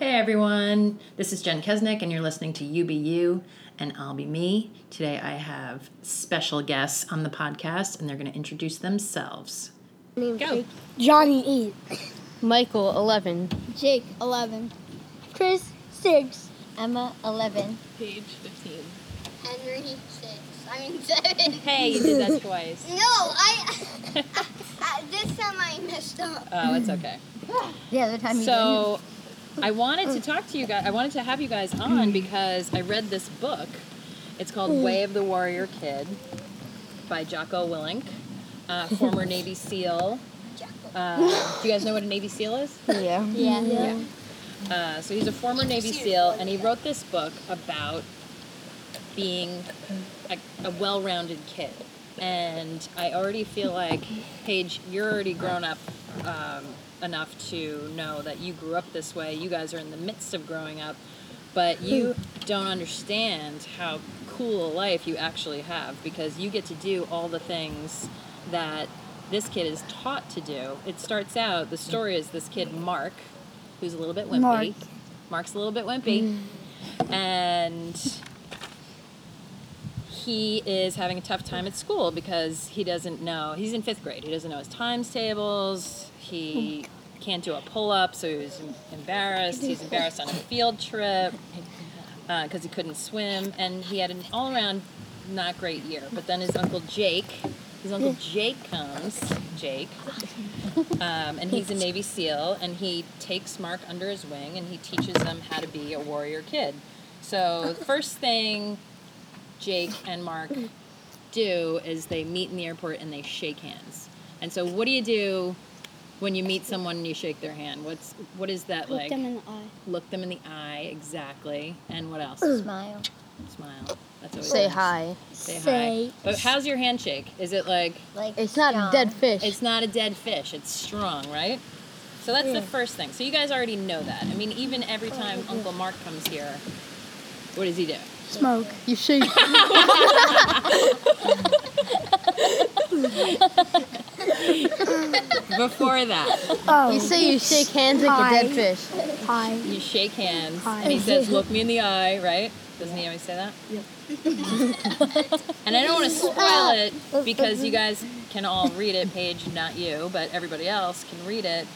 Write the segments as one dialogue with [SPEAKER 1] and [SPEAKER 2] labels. [SPEAKER 1] everyone. This is Jen Kesnick, and you're listening to UBU and I'll Be Me. Today, I have special guests on the podcast, and they're going to introduce themselves.
[SPEAKER 2] Go.
[SPEAKER 3] Johnny
[SPEAKER 4] Michael, 11.
[SPEAKER 3] eight, Jake eleven, Chris six, Emma eleven,
[SPEAKER 2] Page 15.
[SPEAKER 3] Henry six. I mean seven.
[SPEAKER 4] Hey, you did that twice.
[SPEAKER 3] No, I. this time I messed up.
[SPEAKER 4] Oh, it's okay.
[SPEAKER 3] The other time
[SPEAKER 4] So, I wanted to talk to you guys. I wanted to have you guys on because I read this book. It's called Way of the Warrior Kid by Jocko Willink, uh, former Navy SEAL. Uh, do you guys know what a Navy SEAL is?
[SPEAKER 5] Yeah.
[SPEAKER 3] Yeah.
[SPEAKER 4] Yeah. Uh, so he's a former Navy SEAL, and he wrote this book about being a, a well-rounded kid. And I already feel like, Paige, you're already grown up um, enough to know that you grew up this way. You guys are in the midst of growing up, but you don't understand how cool a life you actually have because you get to do all the things that this kid is taught to do. It starts out, the story is this kid, Mark, who's a little bit wimpy.
[SPEAKER 3] Mark.
[SPEAKER 4] Mark's a little bit wimpy. And he is having a tough time at school because he doesn't know he's in fifth grade he doesn't know his times tables he can't do a pull-up so he's embarrassed he's embarrassed on a field trip because uh, he couldn't swim and he had an all-around not great year but then his uncle jake his uncle jake comes jake um, and he's a navy seal and he takes mark under his wing and he teaches him how to be a warrior kid so the first thing Jake and Mark do is they meet in the airport and they shake hands. And so, what do you do when you meet someone and you shake their hand? What's what is that like?
[SPEAKER 3] in the eye.
[SPEAKER 4] Look them in the eye, exactly. And what else?
[SPEAKER 3] Smile.
[SPEAKER 4] Smile. That's always
[SPEAKER 5] Say
[SPEAKER 4] nice.
[SPEAKER 5] hi.
[SPEAKER 4] Say, hi.
[SPEAKER 3] Say-
[SPEAKER 4] But how's your handshake? Is it like
[SPEAKER 3] Like
[SPEAKER 5] It's not
[SPEAKER 3] John.
[SPEAKER 5] dead fish.
[SPEAKER 4] it's not a dead fish? It's strong, right? So that's the first thing. So you guys already know that. I mean, even every time Uncle Mark comes here, what does he do?
[SPEAKER 3] Smoke.
[SPEAKER 5] you shake.
[SPEAKER 4] Before that,
[SPEAKER 5] You
[SPEAKER 3] Oh.
[SPEAKER 5] say you shake hands like a dead fish.
[SPEAKER 3] Hi.
[SPEAKER 4] You shake hands,
[SPEAKER 3] Hi.
[SPEAKER 4] and he says, "Look me in the eye," right? Doesn't he always say that? Yep. and I don't want to spoil it because you guys can all read it, Paige, not you, but everybody else can read it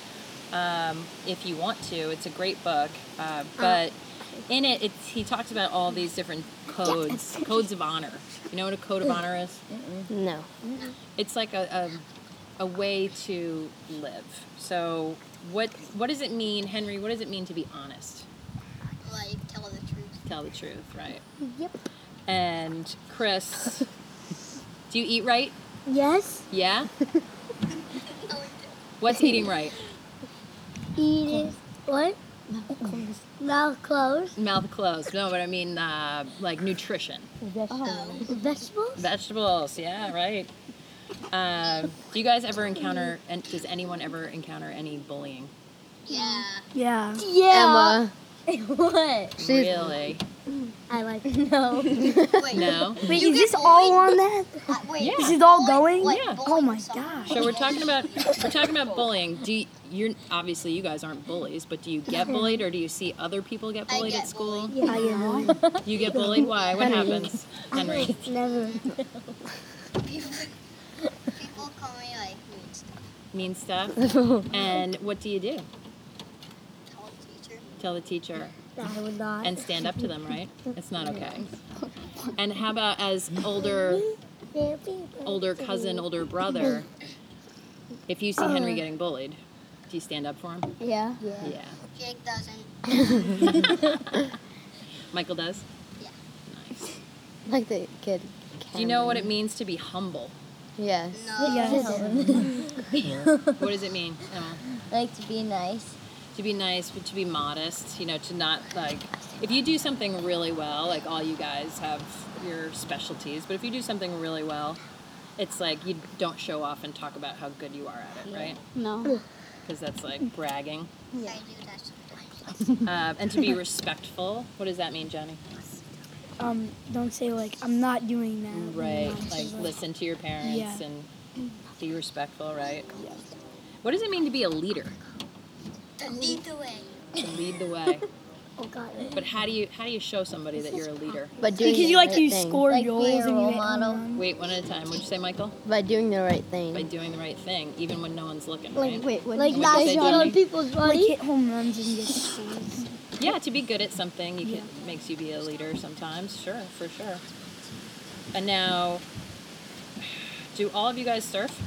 [SPEAKER 4] um, if you want to. It's a great book, uh, but in it, it's, he talks about all these different codes, codes of honor. You know what a code of honor is?
[SPEAKER 5] No.
[SPEAKER 4] it's like a, a, a way to live. So what what does it mean, Henry? What does it mean to be honest?
[SPEAKER 3] Like tell the truth.
[SPEAKER 4] Tell the truth, right?
[SPEAKER 3] Yep.
[SPEAKER 4] And Chris, do you eat right?
[SPEAKER 3] Yes.
[SPEAKER 4] Yeah. What's eating right?
[SPEAKER 3] Eat it. What? Mouth closed.
[SPEAKER 4] Mouth closed. No, but I mean uh, like nutrition,
[SPEAKER 3] Uh-huh. Vegetables.
[SPEAKER 4] vegetables. Yeah, right. Um, do you guys ever encounter? And does anyone ever encounter any bullying?
[SPEAKER 3] Yeah.
[SPEAKER 2] Yeah.
[SPEAKER 3] Yeah.
[SPEAKER 5] Emma.
[SPEAKER 3] what?
[SPEAKER 5] She's-
[SPEAKER 4] really?
[SPEAKER 3] I like no. Wait. Uh,
[SPEAKER 4] No.
[SPEAKER 2] Wait, is this all on that?
[SPEAKER 3] Wait.
[SPEAKER 4] Yeah.
[SPEAKER 2] Is it all going?
[SPEAKER 4] Yeah.
[SPEAKER 2] Oh my gosh.
[SPEAKER 4] So we're talking about we're talking about bullying. Do you, you're obviously you guys aren't bullies, but do you get bullied or do you see other people get bullied at school?
[SPEAKER 2] I am on.
[SPEAKER 4] You get bullied. Why? What happens, Henry?
[SPEAKER 3] Never.
[SPEAKER 6] people, people call me like mean stuff.
[SPEAKER 4] Mean stuff. And what do you do?
[SPEAKER 6] Tell the teacher.
[SPEAKER 4] Tell the teacher
[SPEAKER 3] I would not.
[SPEAKER 4] and stand up to them, right? It's not okay. And how about as older older cousin, older brother? If you see Henry getting bullied, do you stand up for him?
[SPEAKER 3] Yeah.
[SPEAKER 4] Yeah.
[SPEAKER 6] Jake doesn't.
[SPEAKER 4] Michael does.
[SPEAKER 6] Yeah.
[SPEAKER 4] Nice.
[SPEAKER 5] Like the kid.
[SPEAKER 4] Do you know what it means to be humble?
[SPEAKER 5] Yes.
[SPEAKER 6] No.
[SPEAKER 4] What does it mean, Emma?
[SPEAKER 3] Like to be nice.
[SPEAKER 4] To be nice, but to be modest, you know, to not like. If you do something really well, like all you guys have your specialties, but if you do something really well, it's like you don't show off and talk about how good you are at it, right?
[SPEAKER 3] No.
[SPEAKER 4] Because that's like bragging.
[SPEAKER 6] I do that sometimes.
[SPEAKER 4] Uh, and to be respectful, what does that mean, Johnny?
[SPEAKER 2] Um, don't say like I'm not doing that.
[SPEAKER 4] Right,
[SPEAKER 2] Not
[SPEAKER 4] like
[SPEAKER 2] doing
[SPEAKER 4] listen to your parents
[SPEAKER 2] Yeah.
[SPEAKER 4] and be respectful, right? What does it mean to be a leader?
[SPEAKER 6] Lead the way.
[SPEAKER 4] To lead the way.
[SPEAKER 2] Oh God.
[SPEAKER 4] But how do you how do you show somebody that you're a leader?
[SPEAKER 5] By doing
[SPEAKER 2] Because
[SPEAKER 5] the
[SPEAKER 2] you like
[SPEAKER 5] right
[SPEAKER 2] you
[SPEAKER 5] thing.
[SPEAKER 2] score
[SPEAKER 3] Like be a
[SPEAKER 2] goals and you
[SPEAKER 3] role
[SPEAKER 2] make-
[SPEAKER 3] model.
[SPEAKER 2] um,
[SPEAKER 4] Wait, one at a time. What'd you say, Michael?
[SPEAKER 5] by doing the right thing.
[SPEAKER 4] By doing the right thing, even when no one's looking. right?
[SPEAKER 3] Like wait, what? Like
[SPEAKER 4] you say,
[SPEAKER 3] not
[SPEAKER 4] Johnny?
[SPEAKER 3] on people's
[SPEAKER 2] like
[SPEAKER 3] body.
[SPEAKER 2] hit home runs and get scores.
[SPEAKER 4] Yeah, to be good at something, you can makes you be a leader sometimes. Sure, for sure. And now, do all of you guys surf?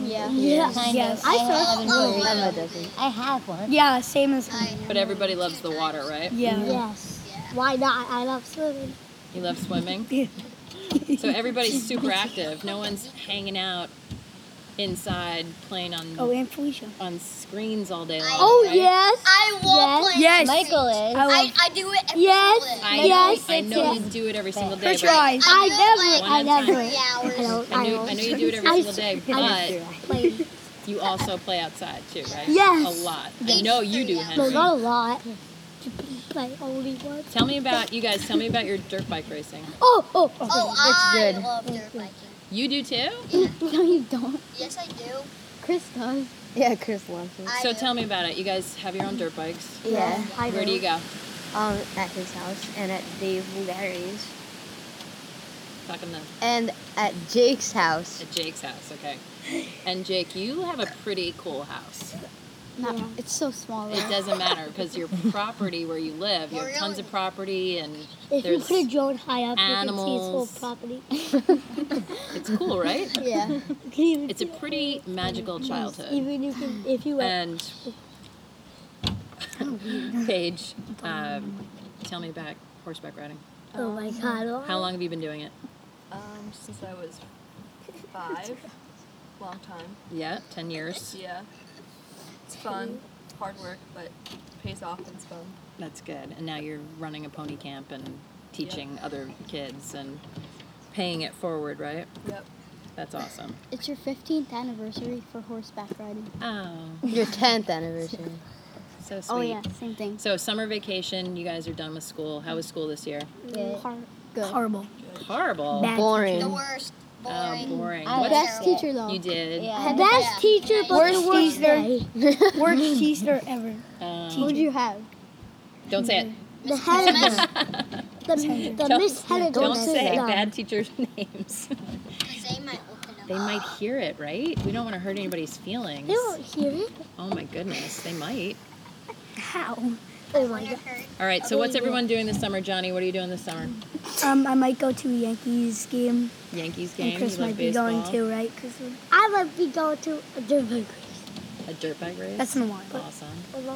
[SPEAKER 3] yeah.
[SPEAKER 2] Yeah.
[SPEAKER 3] Kind of.
[SPEAKER 2] Yes.
[SPEAKER 3] I
[SPEAKER 2] I
[SPEAKER 3] have
[SPEAKER 6] Oh,
[SPEAKER 3] one.
[SPEAKER 5] Emma doesn't.
[SPEAKER 3] I have one.
[SPEAKER 2] Yeah, same as
[SPEAKER 6] I-
[SPEAKER 2] me.
[SPEAKER 4] But everybody loves the water, right?
[SPEAKER 2] Yeah.
[SPEAKER 3] Yes.
[SPEAKER 6] Yeah.
[SPEAKER 3] Why not? I love swimming.
[SPEAKER 4] You love swimming. So everybody's super active. No one's hanging out inside playing on
[SPEAKER 2] Oh, and Felicia.
[SPEAKER 4] on screens all day long.
[SPEAKER 3] Oh
[SPEAKER 4] right?
[SPEAKER 3] yes.
[SPEAKER 6] I love
[SPEAKER 3] Yes.
[SPEAKER 6] playing.
[SPEAKER 2] Yes.
[SPEAKER 6] Michael.
[SPEAKER 3] Michael is.
[SPEAKER 2] I
[SPEAKER 6] I,
[SPEAKER 2] love-
[SPEAKER 6] I do it every
[SPEAKER 3] Yes.
[SPEAKER 6] single day.
[SPEAKER 4] I
[SPEAKER 3] Yes,
[SPEAKER 4] know, I
[SPEAKER 3] it's-
[SPEAKER 4] know you
[SPEAKER 3] yes.
[SPEAKER 4] do it every single day.
[SPEAKER 2] Close your
[SPEAKER 4] but
[SPEAKER 2] eyes.
[SPEAKER 6] do
[SPEAKER 3] I
[SPEAKER 6] like
[SPEAKER 3] never- I never-
[SPEAKER 6] three hours.
[SPEAKER 3] I don't.
[SPEAKER 4] I
[SPEAKER 3] I
[SPEAKER 4] know,
[SPEAKER 3] don't.
[SPEAKER 4] I know you do it every single day, but
[SPEAKER 3] Like,
[SPEAKER 4] you also play outside too, right?
[SPEAKER 3] Yes.
[SPEAKER 4] A lot. I
[SPEAKER 6] Yes.
[SPEAKER 4] know you do,
[SPEAKER 6] No,
[SPEAKER 3] no,
[SPEAKER 4] Henry.
[SPEAKER 3] not a lot. Like only one.
[SPEAKER 4] Tell me about you guys. Tell me about your dirt bike racing.
[SPEAKER 3] Oh, oh, oh.
[SPEAKER 6] Oh,
[SPEAKER 5] That's
[SPEAKER 6] I
[SPEAKER 5] good.
[SPEAKER 6] love dirt biking.
[SPEAKER 4] You do too.
[SPEAKER 5] no, you don't.
[SPEAKER 6] Yes, I do.
[SPEAKER 5] Chris does. Yeah, Chris loves it.
[SPEAKER 6] I
[SPEAKER 4] So
[SPEAKER 6] do.
[SPEAKER 4] tell me about it. You guys have your own dirt bikes.
[SPEAKER 5] Yeah.
[SPEAKER 3] I
[SPEAKER 4] Where do you go?
[SPEAKER 5] Um, at his house and at Dave Bulgari's
[SPEAKER 4] Talking to
[SPEAKER 5] and at Jake's house.
[SPEAKER 4] at Jake's house, okay? And Jake, you have a pretty cool house.
[SPEAKER 3] Not, It's so small.
[SPEAKER 4] It doesn't matter because your property where you live,
[SPEAKER 6] Oh,
[SPEAKER 4] you have tons of property, and
[SPEAKER 3] If you
[SPEAKER 4] there's
[SPEAKER 3] put a drone high up, you can see his whole
[SPEAKER 4] animals.
[SPEAKER 3] property.
[SPEAKER 4] it's cool, right?
[SPEAKER 5] Yeah.
[SPEAKER 3] You can even
[SPEAKER 4] It's a pretty magical childhood.
[SPEAKER 3] Even you can, if you went.
[SPEAKER 4] And Paige, um, tell me about horseback riding.
[SPEAKER 3] oh my god.
[SPEAKER 4] Uh, How long have you been doing it?
[SPEAKER 7] Um, since I was five. Long time.
[SPEAKER 4] Yeah, ten years.
[SPEAKER 7] Yeah. It's fun. It's hard work, but it pays off and it's fun.
[SPEAKER 4] That's good. And now you're running a pony camp and teaching other kids and paying it forward, right?
[SPEAKER 7] Yep.
[SPEAKER 4] That's awesome.
[SPEAKER 3] It's your 15th anniversary for horseback riding.
[SPEAKER 4] Oh,
[SPEAKER 5] Your 10th anniversary.
[SPEAKER 4] so sweet.
[SPEAKER 3] Oh yeah, same thing.
[SPEAKER 4] So summer vacation, you guys are done with school. How was school this year?
[SPEAKER 3] Hard.
[SPEAKER 2] Horrible.
[SPEAKER 4] Horrible.
[SPEAKER 2] Bad.
[SPEAKER 5] Boring.
[SPEAKER 6] The worst.
[SPEAKER 4] Oh,
[SPEAKER 6] Boring.
[SPEAKER 4] boring. Oh,
[SPEAKER 6] I
[SPEAKER 4] What-
[SPEAKER 6] was
[SPEAKER 3] Best
[SPEAKER 6] terrible.
[SPEAKER 3] teacher though.
[SPEAKER 4] you did.
[SPEAKER 3] Yeah.
[SPEAKER 6] Best
[SPEAKER 3] Best
[SPEAKER 6] Yeah.
[SPEAKER 3] teacher, but worst
[SPEAKER 2] the
[SPEAKER 3] the
[SPEAKER 2] worst
[SPEAKER 3] worst
[SPEAKER 2] teacher. Worst teacher ever.
[SPEAKER 4] Um,
[SPEAKER 3] What would you have?
[SPEAKER 4] don't say it.
[SPEAKER 3] The head the, the Miss Helen.
[SPEAKER 4] Don't say bad teachers' names.
[SPEAKER 6] Because they might look it up.
[SPEAKER 4] they might hear it, right? We don't want to hurt anybody's feelings.
[SPEAKER 3] They won't hear it.
[SPEAKER 4] Oh my goodness, they might.
[SPEAKER 2] How?
[SPEAKER 3] Oh my
[SPEAKER 6] Wouldn't
[SPEAKER 3] god.
[SPEAKER 6] it hurt?
[SPEAKER 4] All right. So what's everyone doing this summer, Johnny? What are you doing this summer?
[SPEAKER 2] Um, I might go to a Yankees game,
[SPEAKER 4] Yankees game.
[SPEAKER 2] and Chris
[SPEAKER 4] you like
[SPEAKER 2] might be
[SPEAKER 4] baseball.
[SPEAKER 2] going too, right? Because
[SPEAKER 3] I might be going to a different
[SPEAKER 4] A dirt bike race.
[SPEAKER 2] that's in a while.
[SPEAKER 4] awesome.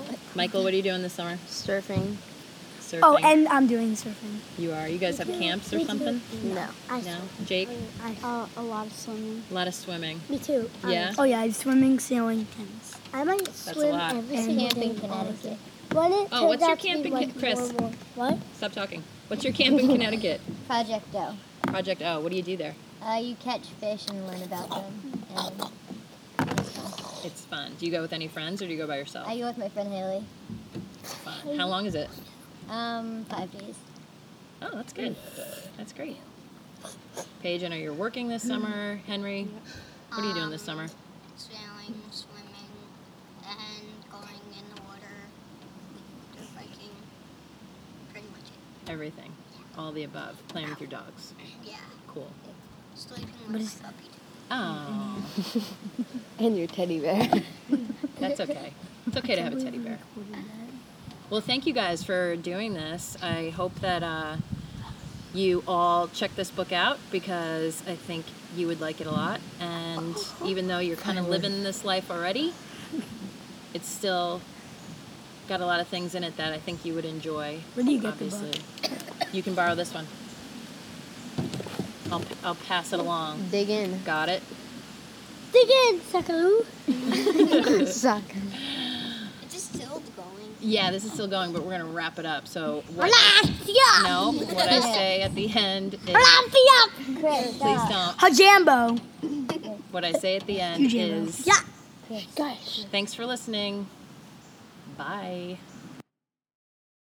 [SPEAKER 3] grade.
[SPEAKER 4] Michael, what are you doing this summer?
[SPEAKER 5] Surfing.
[SPEAKER 4] Surfing.
[SPEAKER 2] Oh, and I'm doing surfing.
[SPEAKER 4] you are. You guys have camps or something?
[SPEAKER 5] No.
[SPEAKER 3] I
[SPEAKER 4] No. Jake,
[SPEAKER 3] I, uh, a lot of swimming.
[SPEAKER 4] a lot of swimming.
[SPEAKER 3] Me too. Um,
[SPEAKER 4] Yeah.
[SPEAKER 2] Oh yeah, I'm swimming, sailing, tennis.
[SPEAKER 3] I might
[SPEAKER 4] a
[SPEAKER 3] swim
[SPEAKER 4] lot.
[SPEAKER 3] every single day.
[SPEAKER 2] Camping
[SPEAKER 3] Connecticut. When it
[SPEAKER 4] Oh, what's
[SPEAKER 3] turns
[SPEAKER 4] your
[SPEAKER 3] out to be
[SPEAKER 4] camping
[SPEAKER 3] like
[SPEAKER 4] kit, Chris?
[SPEAKER 3] normal. What?
[SPEAKER 4] Stop talking. What's your camp in Connecticut?
[SPEAKER 8] Project O.
[SPEAKER 4] Project O. What do you do there?
[SPEAKER 8] Uh, you catch fish and learn about them. And
[SPEAKER 4] It's fun. Do you go with any friends or do you go by yourself?
[SPEAKER 8] I go with my friend Haley.
[SPEAKER 4] It's fun. How long is it?
[SPEAKER 8] Um, five days.
[SPEAKER 4] Oh, that's good. That's great. Paige, I know you're working this summer. Henry, what are you doing this summer?
[SPEAKER 6] Sailing, swimming, and going in the water, dirt biking. Pretty much it.
[SPEAKER 4] Everything. All the above. Playing with your dogs.
[SPEAKER 6] Yeah.
[SPEAKER 4] Cool.
[SPEAKER 6] Sleeping like a puppy.
[SPEAKER 4] Oh,
[SPEAKER 5] And your teddy bear.
[SPEAKER 4] that's okay. It's okay to have a teddy bear. Well, thank you guys for doing this. I hope that uh, you all check this book out because I think you would like it a lot. And even though you're kind of living this life already, it's still got a lot of things in it that I think you would enjoy.
[SPEAKER 2] Where do you get the
[SPEAKER 4] obviously. You can borrow this one. I'll, I'll pass it along.
[SPEAKER 5] Dig in.
[SPEAKER 4] Got it?
[SPEAKER 3] Dig in, suckaroo.
[SPEAKER 5] Suck.
[SPEAKER 6] It's still going.
[SPEAKER 4] Yeah, this is still going, but we're going to wrap it up. So, what, no, what I say at the end is
[SPEAKER 8] Chris,
[SPEAKER 4] please don't.
[SPEAKER 2] Hajambo.
[SPEAKER 4] What I say at the end
[SPEAKER 2] Jambo.
[SPEAKER 4] is
[SPEAKER 2] Yeah.
[SPEAKER 3] Gosh.
[SPEAKER 4] thanks for listening. Bye.